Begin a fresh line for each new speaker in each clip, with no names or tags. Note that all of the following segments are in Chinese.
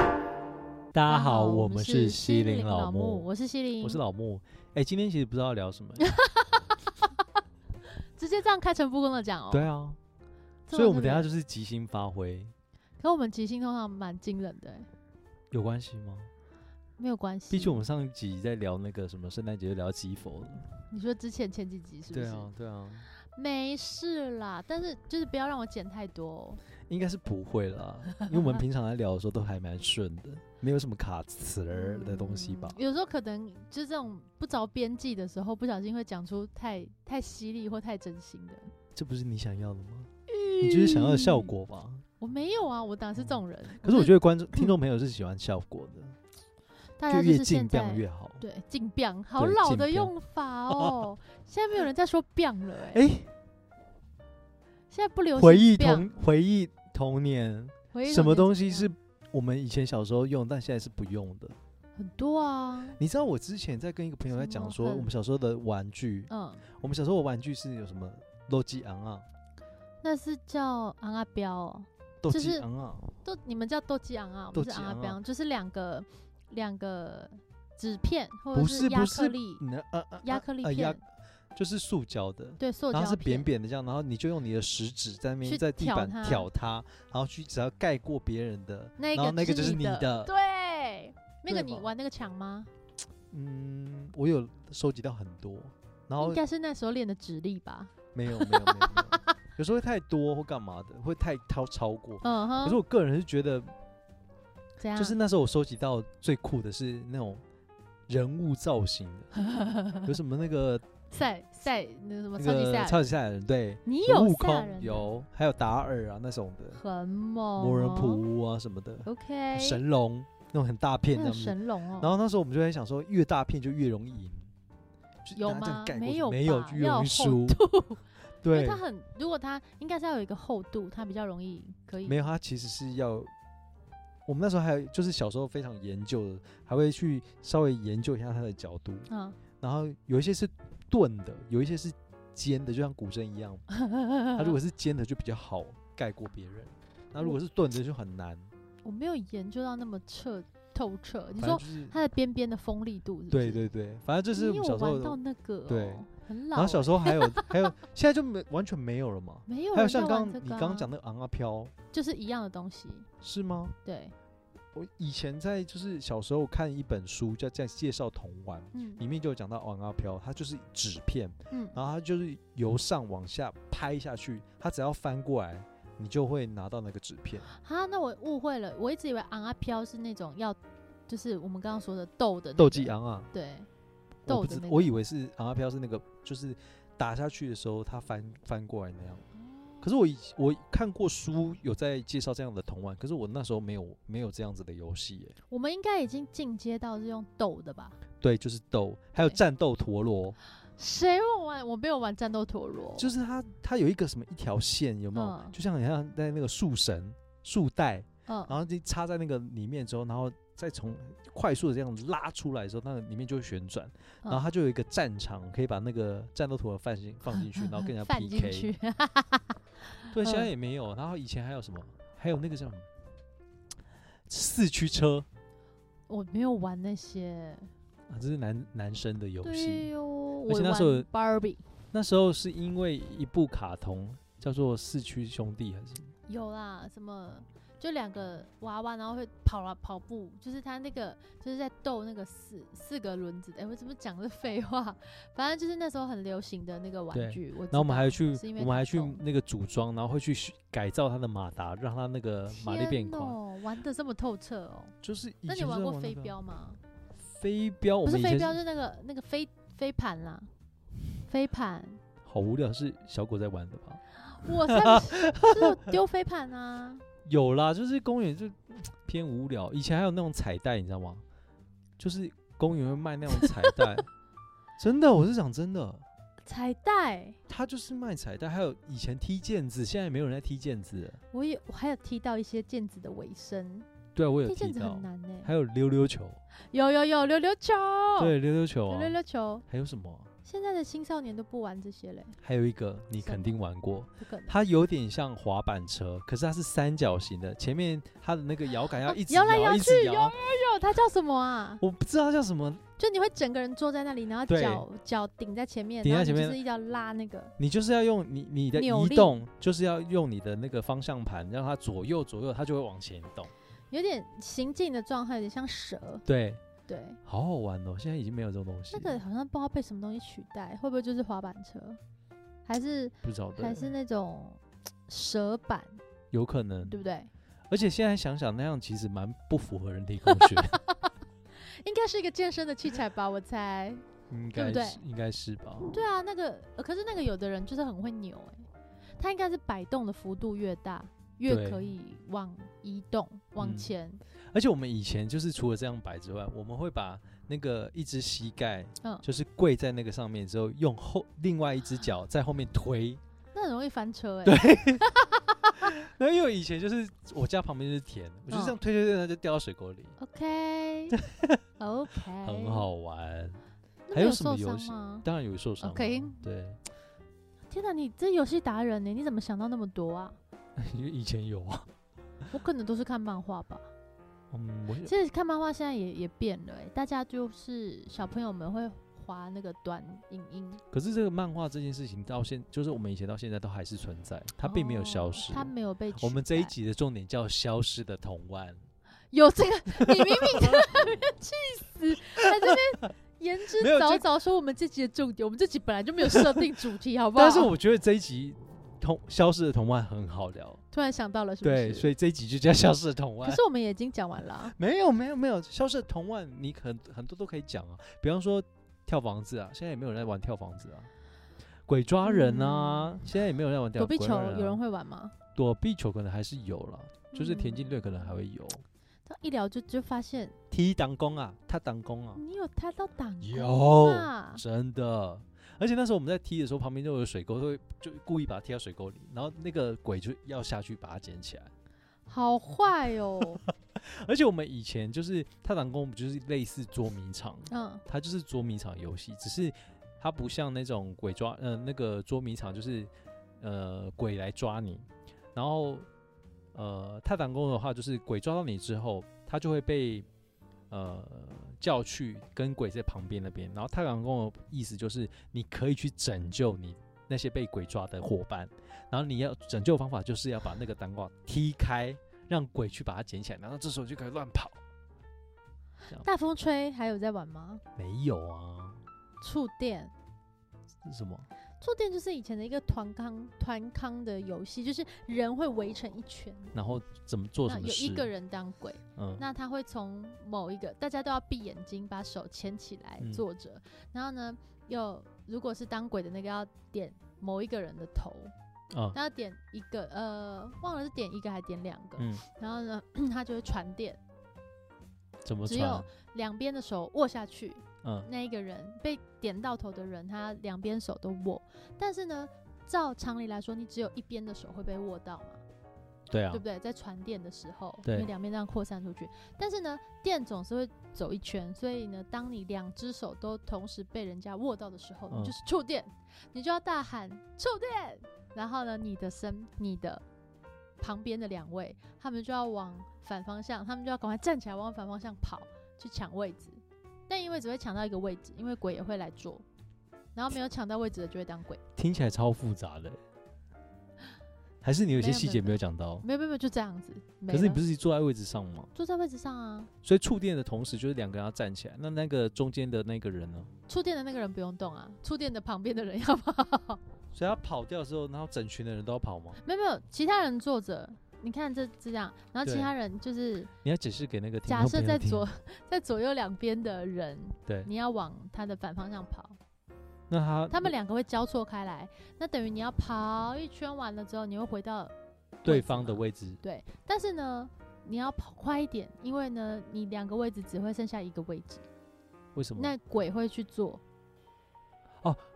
大
大
家
家
好，
好，
我
我
们
们
是西
是西
林
林
老
老
木，
木，我是西林，
我是老木。哎、今天其实不知道聊 什么。
直接这样开诚布公的讲哦。
对，啊，
这
所以
么
我们
特
等一下
别
就是即兴发挥，
可我们即兴通常蛮惊人的欸，
有关系吗？
没有关系。
毕竟我们上一集在聊那个什么圣诞节，就聊基佛了。
你说之前前几集是不
对
是？
啊，对啊，
没事啦，但是就是不要让我剪太多哦。
应该是不会啦，因为我们平常在聊的时候都还蛮顺的，没有什么卡词儿的东西吧。
嗯有时候可能就这种不着边际的时候，不小心会讲出太太犀利或太真心的。
这不是你想要的吗？
嗯
你就是想要的效果吧？
我没有啊，我哪是这种人？
可是我觉得观 众、听众朋友是喜欢效果的，
大
就
家就
越近
是现在
量越好。
对“竞变”好
对
老
竞
的
变
用法哦，现在没有人在说 “变”了哎、
哎、
现在不流行
回忆
“biang”，
童回忆童年，
回忆童
什么
年
东
怎
西
样
是我们以前小时候用，但现在是不用的？
很多啊？
你知道我之前在跟一个朋友在
什
讲
么
说，
很
我们小时候的玩具，
嗯，
我们小时候的玩具是有什么斗鸡昂啊，
那是叫昂阿彪哦，
斗
就是
鸡昂啊，
都你们叫斗鸡昂啊，
斗
不是
鸡
昂阿
昂啊
彪，就是两个两个纸片或者
不是
亚
不
克
是
力，
你的呃呃
亚
呃
克力
呃
片，
亚就是塑胶的。
对，塑
然后
胶
是扁
片，
扁的这样，然后你就用你的食指在那边
去
在地
挑
板
它
挑它，然后去只要盖过别人的，
那
然后
个
那个就是你
的，
的
对，那个
对
你
吧
玩那个强吗？
嗯，我有收集到很多，然后
应该是那时候练的指力吧，
没有没有没有没有， 有时候会太多或干嘛的，会太超超过。
嗯
可是
哼，
我个人是觉得，
怎样？
就是那时候我收集到最酷的是那种人物造型的，有什么那个
赛赛那 个什么
那
超级
个
赛亚
超
人，
级赛亚人，对，
你
有
有
悟
赛亚人
空
啊
有，还有达尔啊那种的，
很猛，哦
魔人普。乌啊什么的，
OK，
神龙那种很大片
那
这
个
样子。
神龙哦，
然后那时候我们就在想说，越大片就越容易赢，就
有
拿这样
吗
盖过
没
去
有
没有
吧
就越
要
容易
厚
输，
因为
对
它，很，如果它应该是要有一个厚度，它比较容易可以。
没有，它其实是要。我们那时候还有就是小时候非常研究的，还会去稍微研究一下它的角度，
嗯，
然后有一些是钝的，有一些是尖的，就像古筝一样。它
他
如果是尖的就比较好盖过别人，那如果是钝的就很难。
我没有研究到那么彻透彻，你
反正
说
就是
它的边边的锋利度是不
对
是，
对对，反正就是我
你
们
有
小时候
玩
的
到。那个、哦，
对，
很老
然
欸、
后小时候还有 还有，现在就没完全没有了嘛。
没有
还有
人
像
在
刚
玩这
你
个
刚刚
啊
讲那个昂啊飘
就是一样的东西，
是吗？
对，
我以前在就是小时候看一本书叫在介绍童玩，
嗯
里面就有讲到昂啊飘，它就是纸片，
嗯，
然后它就是由上往下拍下去，它只要翻过来，你就会拿到那个纸片。
啊，那我误会了，我一直以为昂啊飘是那种要，就是我们刚刚说的斗的、那
斗鸡
昂，
昂啊，
对，
我
斗
不
的
知
那
我以为是昂啊飘是那个，就是打下去的时候它翻翻过来那样。
哦
可是我以我看过书有在介绍这样的童玩，可是我那时候没有没有这样子的游戏耶。
我们应该已经进阶到是用斗的吧？
对，就是斗，还有
对哦
战斗陀螺，
谁有玩？我没有玩战斗陀螺，
就是它它有一个什么一条线，有没有？
嗯
就像你像在那个树绳、树带，
嗯，
然后就插在那个里面之后，然后再从快速的这样子拉出来的时候，那个里面就会旋转，
嗯
然后它就有一个战场，可以把那个战斗陀螺放进放 进去，然后跟人家
放进
PK。
去，
对，现在
嗯
也没有。然后以前还有什么？还有那个叫什么四驱车
我没有玩那些。
啊，这是男男生的游戏。
对哦，
而
我
且那
玩
时候有
Barbie
那时候是因为一部卡通叫做《四驱兄弟》还是什么？
有啦，什么就两个娃娃，然后会跑啦跑步，就是他那个就是在斗那个四四个轮子的。哎、我怎么讲的废话？ 反正就是那时候很流行的那个
对
玩具。我知
然后我们还
道
去
是因，为
我们还
打
去
斗
那个组装，然后会去修改造它的马达，让它那个呃马力变
天
快。
哦，玩的这么透彻哦。
就是以
那
前就
你玩
在
过
玩那
飞
个？
镖吗？
飞镖，我
不是
们以前
飞镖，
是
是那个那个飞飞盘啦，飞盘。
好无聊，是小狗在玩的吧？
我才不是就是丢飞盘啊！
有啦，就是公园就偏无聊。以前还有那种彩带，你知道吗？就是公园会卖那种彩 带，真的，我是讲真的，
彩带，
他就是卖彩带。还有以前踢毽子，现在也没有人在踢毽子了。
我也我还有踢到一些毽子的尾声，
对啊，我有
踢
踢
毽子
到
很。难呢、
还有溜溜球，
有有有溜溜球，
对，溜溜球
有
啊
哦溜。溜球，
还有什么啊？
现在的青少年都不玩这些嘞，
还有一个你
什么
肯定玩过，
不可能。
它有点像滑板车，可是它是三角形的，前面它的那个摇杆要
哦
一直
摇来摇
一
去
直
有
摇。
哎呦，它叫什么啊？
我不知道它叫什么，
就你会整个人坐在那里，然后
对
脚脚顶在前面，
顶
然后
在
你
前面
就是一直要拉那个。
你就是要用你你的
扭
移
力
动，就是要用你的那个方向盘，让它左右左右，它就会往前动。
有点行进的状态，有点像蛇。
对，
对，
好好玩哦！现在已经没有这种东西
那
了，
个好像不知道被什么东西取代，会不会就是滑板车，还是
不知道对
还是那种蛇板，
有可能
对。不对？
而且现在想想，那样其实蛮不符合人体工 学，
应该是一个健身的器材吧，我猜。
应
对
该
不对
是应该是吧？
对啊，那个、呃可是那个有的人就是很会扭、欸，他应该是摆动的幅度越大，越
对
可以往移动往
嗯
前。
而且我们以前就是除了这样摆之外，我们会把那个一只膝盖，
嗯
就是跪在那个上面之后，用后另外一只脚在后面 推。
那很容易翻车哎、
对 然后因为以前就是我家旁边就是田，我就
嗯
这样推推推，它就掉到水沟里，
OK OK，
很。好玩。
那
还
你
有
有
什么
受
游
伤
戏
吗？
当然有受伤啊
OK
对，
天哪，你这游戏达人呢、欸你怎么想到那么多啊？
因为以前有啊，
我可能都是看漫画吧。
嗯，我
其实看漫画现在也也变了、欸，大家就是小朋友们会划那个短影音，
可是这个漫画这件事情到现，就是我们以前到现在都还是存在，它并没有消
哦
失。
它没有被取代。
我们这一集的重点叫“消失的同腕
有这个，你明明在那边气死，在这边言之
没有
凿
这
凿说我们这集的重点，我们这集本来就没有设定主题，好”，不好？
但是我觉得这一集同消失的同腕很好聊，
突然想到了，是不是？
对，所以这一集就叫“消失的同腕
可”。是我们也已经讲完了啊、
没有没有没有，消失的同腕你很很多都可以讲啊，比方说跳房子啊，现在也没有人在玩跳房子啊，鬼抓人啊，现在也没有人在玩跳
嗯躲避
鬼
球
抓啊
有人会玩吗？
躲避球可能还是有啦，就是田径
嗯
队可能还会有
这样一聊就就发现
踢裆弓啊，踏裆弓啊，
你有他到档
有
啊，
真的。而且那时候我们在踢的时候，旁边就有水沟，都会就故意把它踢到水沟里，然后那个鬼就要下去把它捡起来。
好坏哦，
而且我们以前就是踏板功，就是类似捉迷藏，
嗯，
它就是捉迷藏游戏，只是它不像那种鬼抓，呃，那个捉迷藏就是呃鬼来抓你，然后呃踏板功的话就是鬼抓到你之后，它就会被呃叫去跟鬼在旁边那边，然后踏板功的意思就是呃你可以去拯救你。那些被鬼抓的伙伴，然后你要拯救的方法就是要把那个单挂踢开，让鬼去把它捡起来，然后这时候就可以乱跑。
大风吹还有在玩吗？
没有啊，
触电。
是什么？
触电就是以前的一个团康团康的游戏，就是人会围成一圈，
然后怎么做
那
什么
有
事？
一个人当鬼，
嗯，
那他会从某一个，大家都要闭眼睛，把手牵起来
嗯
坐着，然后呢，又如果是当鬼的那个要点某一个人的头，
啊，
他要点一个，呃，忘了是点一个还是点两个，
嗯，
然后呢， 他就会传电，
怎么
只
传
有？两边的手握下去，
嗯，
那一个人被点到头的人，他两边手都握，但是呢，照常理来说，你只有一边的手会被握到嘛，
对啊
对，不对？在传电的时候，因
对
为两边这样扩散出去，但是呢，电总是会走一圈，所以呢，当你两只手都同时被人家握到的时候，
嗯
你就是触电，你就要大喊触电，然后呢，你的身，你的。旁边的两位，他们就要往反方向，他们就要赶快站起来往反方向跑，去抢位置。但因为只会抢到一个位置，因为鬼也会来做，然后没有抢到位置的就会当鬼。
听起来超复杂的欸，还是你有
没
些
有
细
没
节
有
没有讲到？
没有没有没有，就这样子。没
可是你
了
不是坐在位置上吗？
坐在位置上啊，
所以触电的同时，就是两个人要站起来。那那个中间的那个人呢？
触电的那个人不用动啊，触电的旁边的人要
嗯
跑。
所以他跑掉之后，然后整群的人都要跑吗？
没有没有，其他人坐着，你看这这样，然后其
对
他人就是
你要解释给那个听
假
众
设
朋友
在
听
左 在左右两边的人，
对，
你要往他的反方向跑，
那他
他们两个会交错开来，那等于你要跑一圈完了之后，你会回到
对
位置
方的
嘛
位置，
对，但是呢，你要跑快一点，因为呢，你两个位置只会剩下一个位置，
为什么？
那鬼会去做，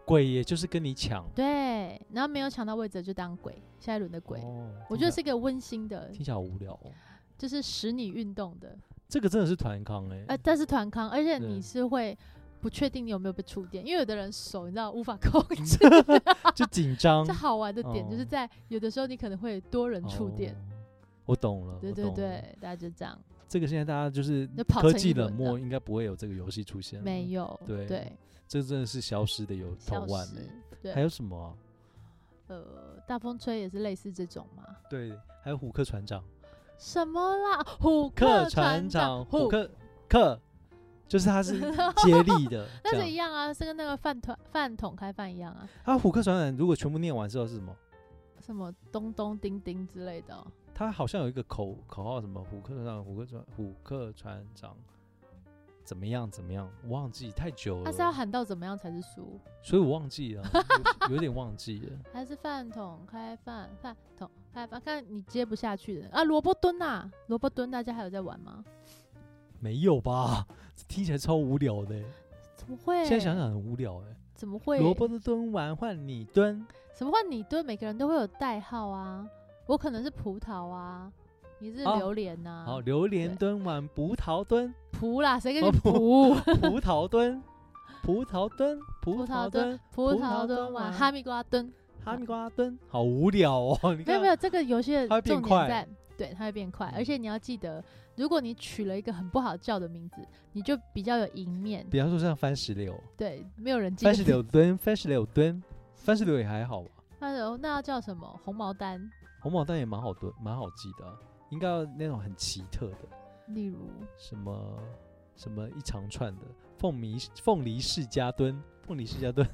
鬼也就是跟你抢
对，然后没有抢到位置的就当鬼，下一轮的鬼。
哦
我
听
觉得
起
是一个温馨的
来，听起来好无聊哦。
就是使你运动的，
这个真的是团康哎，
呃，但是团康，而且
对
你是会不确定你有没有被触电，因为有的人手你知道无法控制。 呃
就紧张
这。好玩的点就是
嗯哦
在有的时候你可能会多人触电，
哦我懂了，
对
我
对
懂了。
对，大家就这样，
这个现在大家就是
就跑
科
成
技
一轮
冷
的
漠，应该不会有这个游戏出现。
没，有，
对
对，
这真的是消失的游头
消
腕
失
欸。还
对，
有什么啊、
呃，大风吹也是类似这种嘛？
对，还有虎克船长，
什么啦？虎
克
克
船长，
长，
虎克克，就是他 是接力的。
那
这
是一
样
样啊，是跟那个饭团饭桶开饭一样啊，
啊，虎克船长如果全部念完之后是什么？
什么东东叮叮之类的哦、
他好像有一个口口号，什么虎克船长，虎克船，虎克船长，怎么样怎么样？我忘记太久
啊他、是要
了，
喊到怎么样才是输？
所以我忘记了，有有点忘记了。
还是饭桶开饭，饭桶开饭？看你接不下去的啊！萝卜蹲呐、萝卜蹲，大家还有在玩吗？
没有吧？ 这听起来超无聊的欸、
怎么会？
现在想想很无聊哎、
怎么会？
萝卜的蹲完换你蹲，
什么换你蹲？每个人都会有代号啊，我可能是葡萄啊，你是
哦
榴莲呐、
好，榴莲
对
蹲完葡萄蹲，
葡啦，谁跟
哦
你 葡？
葡萄蹲，葡萄蹲，葡
葡
萄
萄
蹲
蹲，葡
葡萄
萄
蹲
蹲完，
完
哈密瓜蹲。
哈密瓜蹲，好无聊哦！ 你
没有
看
没，有，这个游戏的
它会变
重
快
点在对，它会变快，而
嗯
且你要记得，如果你取了一个很不好叫的名字，你就比较有赢面。
比方说像番石榴，
对，没有人记得。
番石榴蹲，番石榴蹲，番石榴也还好吧，
番石榴哦那要叫什么？红毛丹，
红毛丹也蛮好蹲，蛮好记的啊、应该要那种很奇特的，
例如
什么什么一长串的凤梨凤梨世家蹲，凤梨世家蹲。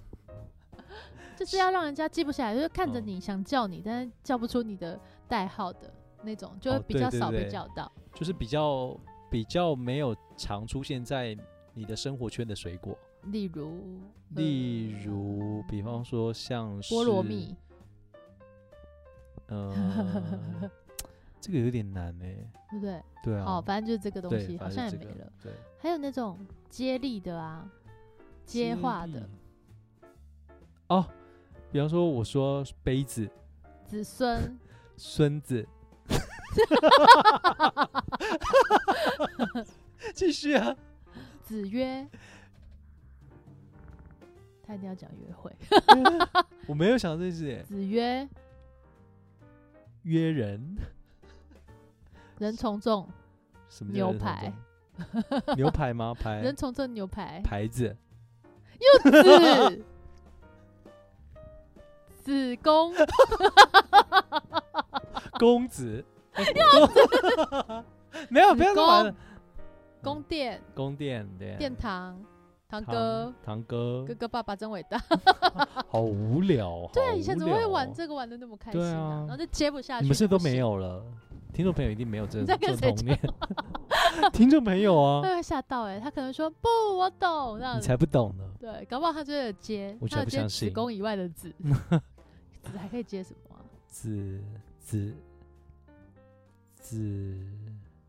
就是要让人家记不起来，就是看着
嗯
你想叫你，但是叫不出你的代号的那种，就
哦
会比
对
较
对
少被
对
叫到。
就是比较比较没有常出现在你的生活圈的水果，
例如，
例
呃
如，比方说像是
菠萝，蜜，
呃，这个有点难哎、
对不对？
对啊，
哦，反正就是这个东
对
西好
反
像
正就
也没
这个
了。
对，
还有那种接力的啊，接话的
力哦，比方说我说杯子、
子孙，
孙子，继续啊，
子曰，他一定要讲约会。
我没有想到这是欸
子曰，
约人。
人从众，
什么叫
牛
人头
排
钟？牛排 吗？排
人从众牛排，
牌子
子 子宫，
公
哦
子， 公没有不要再玩了。
宫殿，
宫殿对，
殿堂，堂
堂
哥，
堂哥
哥，哥爸爸真伟大。
好无聊。
对
好
啊，以前
无
怎么会
聊
玩
哦？
这个玩的那么开心
对
啊
啊？
然后就接不下去。
你们是不是
不
都没
行？
有了，听众朋友一定没有这
你在
这
跟
种
谁
童年。听众朋友啊，
那会吓到哎，他可能说不，我懂这样
你
子。
才不懂呢。
对，搞不好他就有接
我，居
他
然
有
不
接
相
子
信
宫以外 的子，子还可以接什么啊？
子子子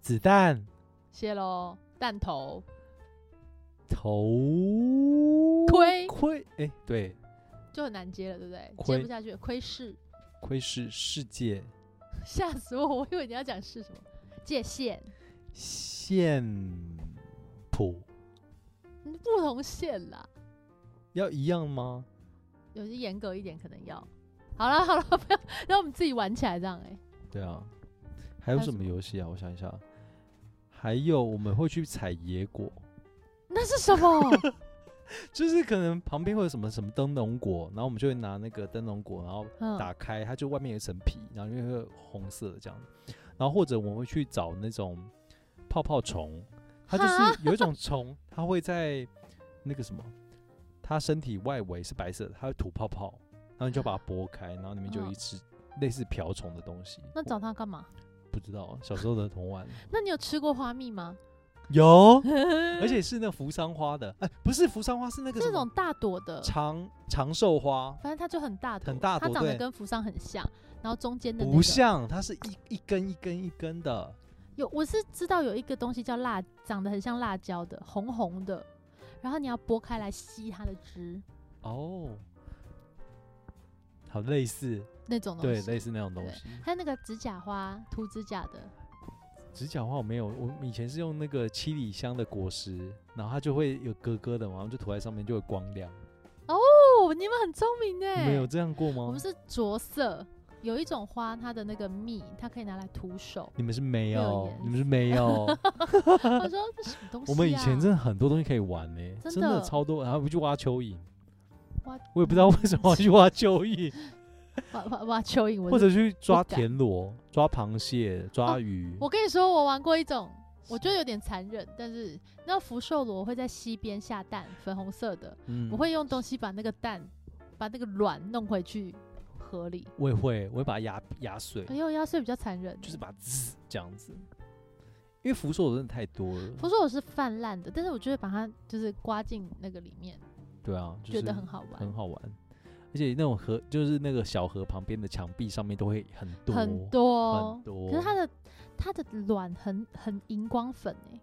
子弹
谢喽，弹头、
头
盔
盔，哎，对，
就很难接了，对不对？
窥
接不下去，窥视，
盔是世界
吓死我！我以为你要讲是什么界限，
线谱，
嗯不同线啦，
要一样吗？
有些严格一点可能要。好了好了，不要让我们自己玩起来这样哎、
对啊，还有
还有
什
什
么
么
游戏啊？我想一下，还有我们会去采野果，
那是什么？
就是可能旁边会有什么什么灯笼果，然后我们就会拿那个灯笼果，然后
嗯，
打开，它就外面有一层皮，然后因为会有红色的这样，然后或者我们会去找那种泡泡虫，它
哈
就是有一种虫，它会在那个什么，它身体外围是白色的，它会吐泡泡，然后你就把它剥开，然后里面就有一
嗯
只类似瓢虫的东西，
那找它干嘛？
不知道小时候的童玩。
那你有吃过花蜜吗？
有，而且是那扶桑花的，哎、不是扶桑花，是那个什
这
么
种大朵的，
长长寿花，
反正它就很大朵，
很大
它
朵
长得
对
跟扶桑很像，然后中间的、那个、
不像，它是一一根一根一根的，
有，我是知道有一个东西叫辣，长得很像辣椒的，红红的，然后你要剥开来吸它的汁，
哦，好类似，
那种东
对
西。，
类似那种东
哦对
西，
还有那个指甲花，涂指甲的，
指甲花我没有，我以前是用那个七里香的果实，然后它就会有咯咯的嘛，然后就涂在上面就会光亮。
哦，你们很聪明哎呢。
你们有这样过
我
吗。
们？是着色，有一种花，它的那个蜜，它可以拿来涂手
你们是没
有
有
耶，
你们是没有。
我说这什么东西、啊？
我们以前真的很多东西可以玩呢、
真
真的
的
超多，然后不去挖蚯蚓，
挖
我也不知道为什么要去挖蚯蚓，
挖挖挖蚯蚓， 我
或
是
者去抓
不敢
田螺、抓螃蟹、抓
哦
鱼。
我跟你说，我玩过一种，我觉得有点残忍，但是那福寿螺会在溪边下蛋，粉红色的，
嗯
我会用东西把那个蛋，把那个卵弄回去河里。
我也会，我会把它压压碎
哎，呦，压岁比较残忍，
就是把它滋这样子。因为福寿螺真的太多了，
福寿螺是泛滥的，但是我就会把它就是刮进那个里面，
对啊，就
觉
是
得很好玩，
很好玩，而且那种河就是那个小河旁边的墙壁上面都会很多
很多
很多
可是它的它的卵很很荧光粉哎、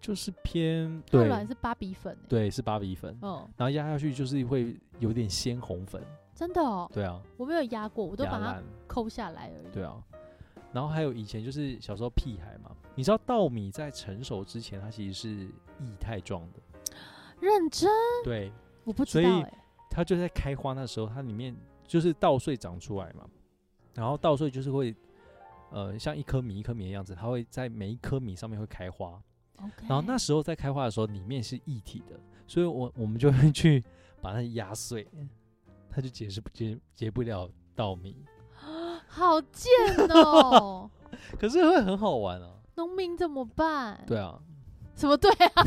就是偏
它的卵
对
是芭比粉哎、
对是芭比粉，
哦，
然后压下去就是会有点鲜红粉，
真的哦，
对啊，
我没有压过，我都
压
把它
烂，
抠下来而已。
对啊。然后还有以前就是小时候屁孩嘛，你知道稻米在成熟之前它其实是液态状的，
认真，
对，
我不
所
知
以
道哎、
它就在开花那时候，它里面就是稻穗长出来嘛，然后稻穗就是会，呃，像一颗米一颗米的样子，它会在每一颗米上面会开花，
OK，
然后那时候在开花的时候，里面是一体的，所以我我们就会去把它压碎，它就结是结结不了稻米，
好贱 哦、
可是会很好玩啊，
农民怎么办？，
对啊
什么对啊？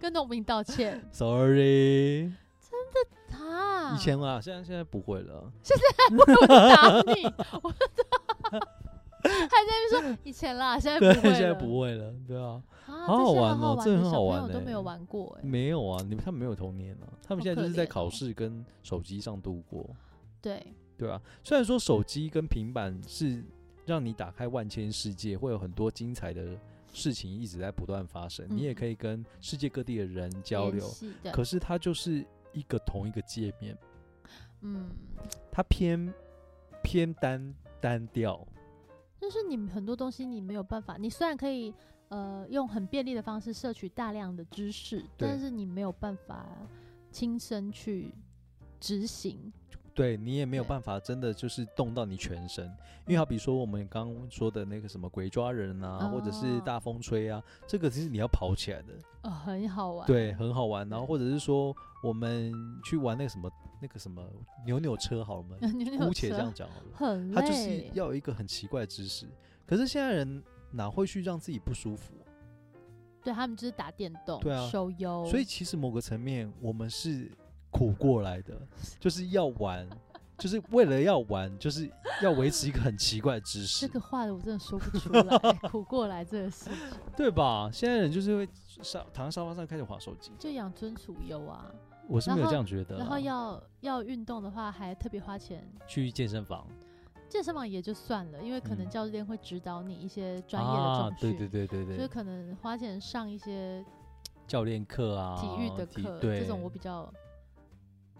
跟农民道歉
，sorry，
啊！
以前啊，现在现在不会了，
我打你，我知道，还在那边说以前啦，现在
对，
不会了，
现在不会了，对啊，
啊，
好好玩哦
这
这
些
很
好
好
玩
玩
的小
欸
朋友都没有玩过哎、
没有啊，你们他们没有童年啊，他们
好
现在就
可
是在
怜
考
哦
试跟手机上度过。
对，
对啊，虽然说手机跟平板是让你打开万千世界，会有很多精彩的事情一直在不断发生，你也
嗯
可以跟世界各地的人交
联
流。
系的，
可是它就是一个同一个界面，
嗯，
它偏偏单单调。
就是你们很多东西你没有办法，你虽然可以呃用很便利的方式摄取大量的知识，
对
但是你没有办法亲身去执行。
对你也没有
对嗯
办法真的就是动到你全身，因为好比说我们刚刚说的那个什么鬼抓人啊，或者是
哦
大风吹啊，这个其实你要跑起来的。
呃，很好玩。
对，很好玩。然后
对？
或者是说，我们去玩那个什么那个什么扭扭车好了吗
扭扭
姑且这
车
样讲好了，
很累，
它就是要有一个很奇怪的姿势。可是现在人哪会去让自己不舒服？
对他们就是打电动，
对啊
手游，
所以其实某个层面，我们是苦过来的，就是要玩，就是为了要玩，就是要维持一个很奇怪的姿
这
势，
个话我真的说不 出来，苦过来这个事情。
对吧？现在人就是会上躺在沙发上开始划手机，
就养尊处优啊。
我是没有
然后
这样觉得啦。啊
然后要要运动的话，还特别花钱。
去健身房，
健身房也就算了，因为可能
嗯
教练会指导你一些专业的
啊
重，
对
训，
对对对对，
就是可能花钱上一些
教练课啊，
体育的课，
对
这种我比较。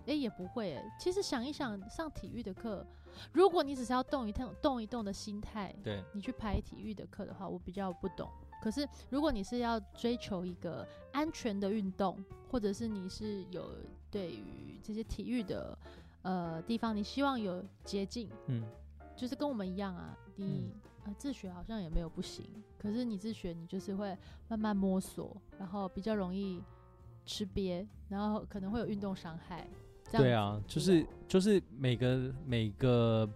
哎、也不会、欸。其实想一想，上体育的课，如果你只是要动一动、动一动的心态，
对
你去排体育的课的话，我比较不懂。可是如果你是要追求一个安全的运动，或者是你是有对于这些体育的呃地方，你希望有捷径，
嗯，
就是跟我们一样啊，你、呃自学好像也没有不行，可是你自学你就是会慢慢摸索，然后比较容易吃瘪，然后可能会有运动伤害。这样
对啊，
子
就是就是每个每个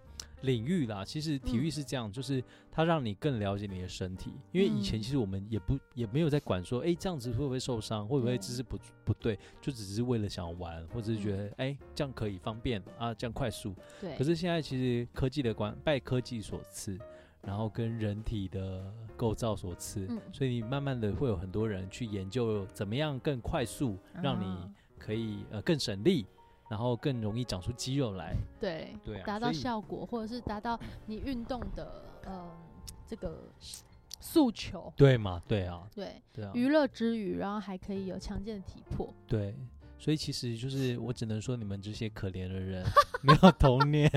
领域啦，其实体育
嗯
是这样，就是它让你更了解你的身体，因为以前
嗯
其实我们也不也没有在管说，哎、这样子会不会受伤，会不会
对
姿势不不对，就只是为了想玩，或者是觉
嗯
得哎、诶这样可以方便啊，这样快速。
对，
可是现在其实科技的关拜科技所赐，然后跟人体的构造所赐，
嗯
所以你慢慢的会有很多人去研究怎么样更快速让你、
啊
可以呃更省力，然后更容易长出肌肉来。
对
对啊
达
所
到
以
效果，或者是达到你运动的呃这个诉求。
对嘛？对啊，
对，
对啊，
娱乐之余，然后还可以有强健的体魄。
对。所以其实就是 我只能说你们这些可怜的人没有童年，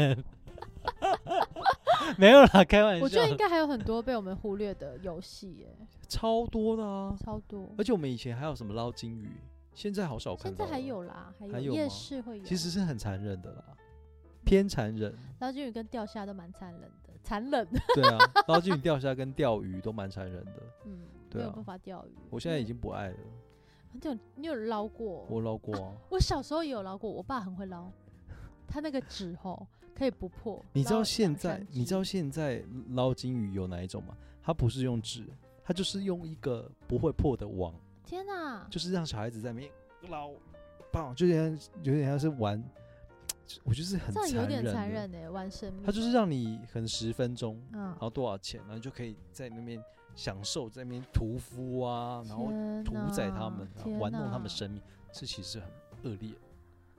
没有啦，开玩笑，
我觉得应该还有很多被我们忽略的游戏耶，
超多的啊！
超多。
而且我们以前还有什么捞金鱼，现在好少看
现
到
在
了
还有啦，还有
还有
夜
吗
市会有。
其实是很残忍的啦，偏残 忍。
捞金鱼跟钓虾都蛮残忍的，残忍。
对啊，捞金鱼、钓虾跟钓鱼都蛮残忍的。
嗯，没
对
有
啊
办法钓鱼。
我现在已经不爱
嗯
了，
你有你有捞过？
我捞过、啊。
我小时候也有捞过，我爸很会捞，他那个纸吼可以不破。
你知道
捞两
现在
三
你
只
知道现在捞金鱼有哪一种吗？它不是用纸，它就是用一个不会破的网，
天哪、
就是让小孩子在那边捞，棒，就有点像有点像是玩，我觉得是很
这样有
残
点
忍
残
的。
忍哎、玩生命。
它就是让你可能十分钟，
嗯
然，后多少钱，然后你就可以在那边享受，在那边屠夫啊，然后
天
屠宰
哪
他们，然后
天
玩弄他们
哪
生命，这其实很恶劣。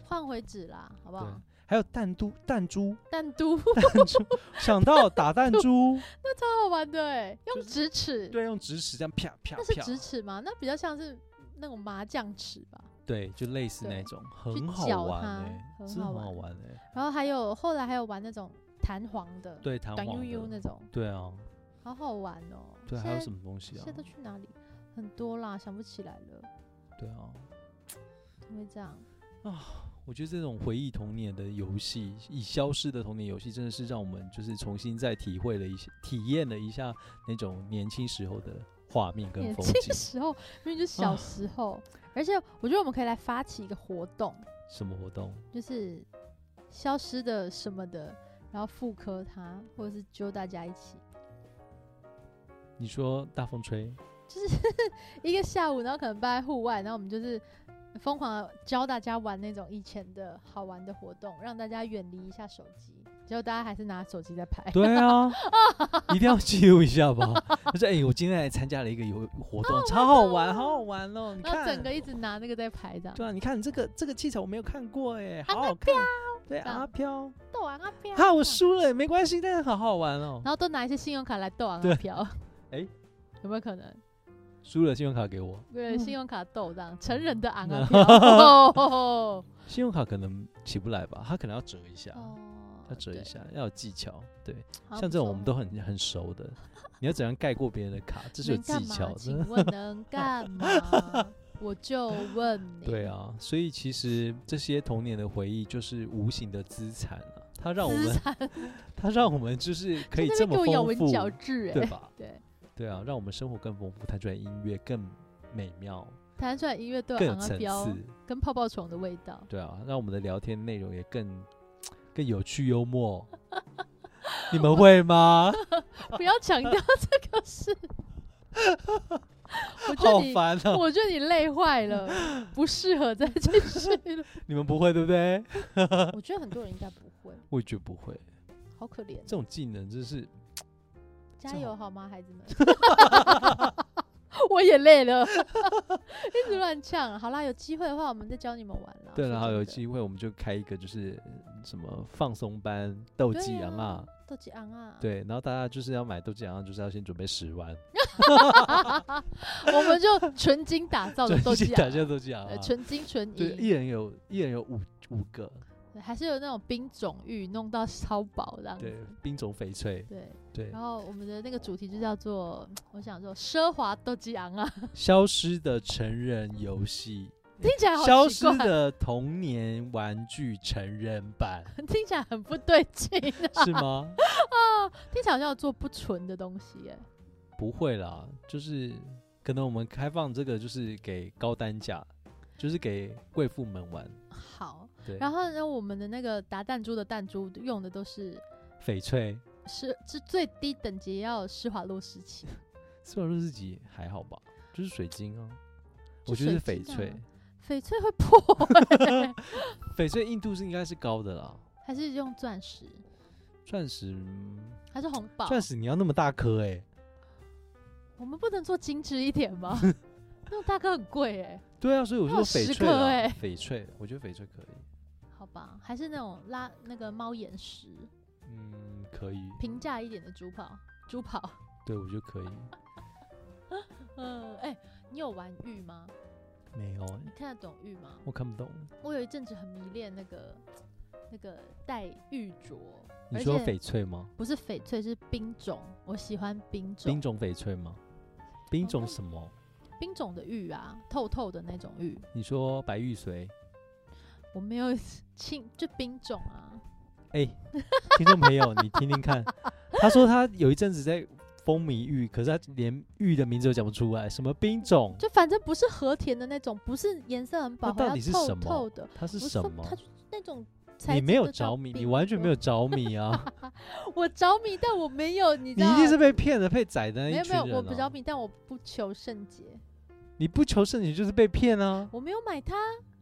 换回纸啦，好不
对
好？，
还有弹珠，弹 珠，
弹珠
弹珠，想到打弹珠，
超好玩的哎、
就
用
是
直尺，
对，用直尺这样啪啪
那是
啪，
直尺吗？那比较像是那种麻将尺吧。
对，就类似
对
那种，很好
搅
玩
它
哎，
很
真的
好
很好
玩欸
玩哎，
然后还有后来还有玩那种弹簧的，
对，弹
短
簧
悠悠
的
那种，
对啊，
好好玩哦、
对，
现
还有
在
什么东西啊
现在？都去哪里？很多啦，想不起来了，
对啊，
因为这样。
我觉得这种回忆童年的游戏，已消失的童年游戏，真的是让我们就是重新再体会了一些，体验了一下那种年轻时候的画面跟
年
风
轻
景。
时候明 明就是小
啊
时候，而且我觉得我们可以来发起一个活动，
什么活动？
就是消失的什么的，然后复刻它，或者是揪大家一起，
你说大风吹，
一个下午，然后可能办在户外，然后我们就是疯狂地教大家玩那种以前的好玩的活动，让大家远离一下手机。结果大家还是拿手机在拍，
对 啊，一定要记录一下吧。 他说：“哎、我今天还参加了一个游活动，超好玩，好好玩哦！你
然后
看，
整个一直拿那个在拍这样。
对啊，你看这个这个器材我没有看过哎，
阿
好好看。对，
这样
阿飘，
逗玩啊飘，
哈，我输了没关系，但是好好玩哦
然。后都拿一些信用卡来逗玩
对
啊飘，
哎
有没有可能？
输了信用卡给我，
对，
嗯
信用卡斗这样，成人的昂啊
嗯
飘，哦，
信用卡可能起不来吧，他可能要折一下。”要折
对
一，下，要有技巧。对，
好
像
不
这种
错
我们都很很熟 的，你要怎样盖过别人的卡，这是有
能
技
干嘛
巧的。
请问能干嘛？我就问 你，
对，啊，所以其实这些童年的回忆就是无形的资产啊，它让我
资
们，
产
它让我们就是可以
在
这
那边
么
给我咬
丰
文
富，
嚼字，
对
哎，
吧？
对，
对啊，让我们生活更丰富，弹出来音乐更美妙，
弹出来音乐都
更
有
有
昂啊
层
标
次。
跟泡泡虫的味道。
对啊，让我们的聊天内容也更更有趣幽 默。你们会吗？
不要强调这个 事，我觉得
好
你，
烦 啊！
我觉得你累坏 了，不适合再继续了。
你们不会对不对？
我觉得很多人应该不会，
我觉得不会，
好可怜啊
这。种技能真是
加
这
油
好
好吗，孩子 们？我也累了， 一直乱呛。啊好啦，有机会的话，我们再教你们玩啦。
对
说
了，好
真
有
的
机会我们就开一个就是呃什么放松班斗
对
鸡羊啊，
斗鸡昂啊！，
对， 然后大家就是要买斗鸡羊啊，就是要先准备十万，
我们就纯金打造的
对
斗鸡
打
昂
下
啊，
斗鸡羊
呃
啊，
纯金纯
对，
银，
一人有一人有五五个，
对还是有那种冰种玉弄到超薄这样
对
子。，
兵种翡翠，
对，
对
然，后我们的那个主题就叫做，我想说奢华斗鸡昂啊，
消失的成人游戏，
听起来好
消
奇
失
怪，
的童年玩具成人版
听起来很不对劲 啊，
是吗？
听起来好像有做不纯的东西耶。
不会啦，就是可能我们开放这个就是给高单价，就是给贵妇们玩，
好，
对，
然后呢，我们的那个打弹珠的弹珠用的都是
翡翠。
是是最低等级要有施华洛世奇，
斯瓦洛世奇还好吧，就是水晶啊，
就
我觉得是
水
翡
晶
翠
啊，翡翠会破 欸、
翡翠硬度是应该是高的啦。
还是用钻石，
钻石，嗯
还是红宝？
钻石你要那么大颗哎、
我们不能做精致一点 吗？那种大哥很贵哎、
对啊，所以我
那
说
有十
翡翠
颗
啦
欸
翡翠，我觉得翡翠可以，
好吧，还是那种拉那个猫眼石，
嗯，可以，
平价一点的珠宝，珠宝。
对我觉得可以，
嗯，哎、你有玩玉吗？
没有、欸
你，看得懂玉吗？
我看不懂，
我有一阵子很迷恋那个那个戴玉镯，
你你
而
说
且
翡翠吗？
不是翡翠，是冰种。我喜欢冰种，
冰种翡翠吗？冰
哦
种
那
什么？
冰种的玉啊，透透的那种玉，
你说白玉 髓？
我没有 亲，就冰种啊。
哎、听众朋友，你听听看，他说他有一阵子在风靡玉，可是他连玉的名字都讲不出来，什么冰种？
就反正不是和田的那种，不是颜色很饱和，
那到
要
底是
透
什么
透的，
它是
不
什
说
么
它？就那种材
你
质
没有
就叫
着迷，你
冰
完全没有
我
着迷啊！
我着迷，但我没有，你知
你
道
一定是被骗了、被宰的那
没
一
有
群
没
人、啊。
有，我不着迷，但我不求甚解，
你不求甚解就是被骗啊！
我没有买它，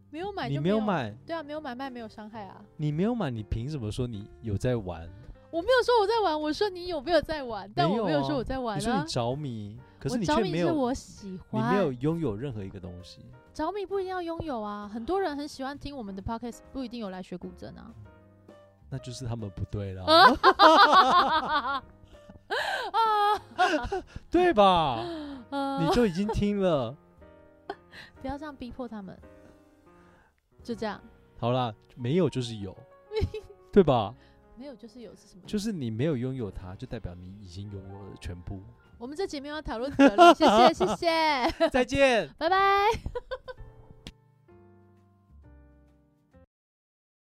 没有买就
你
没
没有，买，
对啊，没有买卖没有伤害啊，
你没有买，你凭什么说你有在玩？
我没有说我在玩，我说你有没有在玩，但
没
我没
有
有
啊
说我在玩
你说
啊
你，着迷，可是
我
你
着
却
迷
没
是
有，
我喜
你没有
欢，
拥有任何一个东西。
着迷不一定要拥有啊，很多人很喜欢听我们的 podcast，不一定有来学古筝 啊。
那就是他们不对了，哦
啊啊！
对吧？
呃
你就已经听了。
不要这样逼迫他们，就这样，
好啦，没有就是有，对吧？
没有就是有是什么？
就是你没有拥有它，就代表你已经拥有了全部。
我们这节目要讨论哲理，谢谢谢谢，
再见。
拜拜。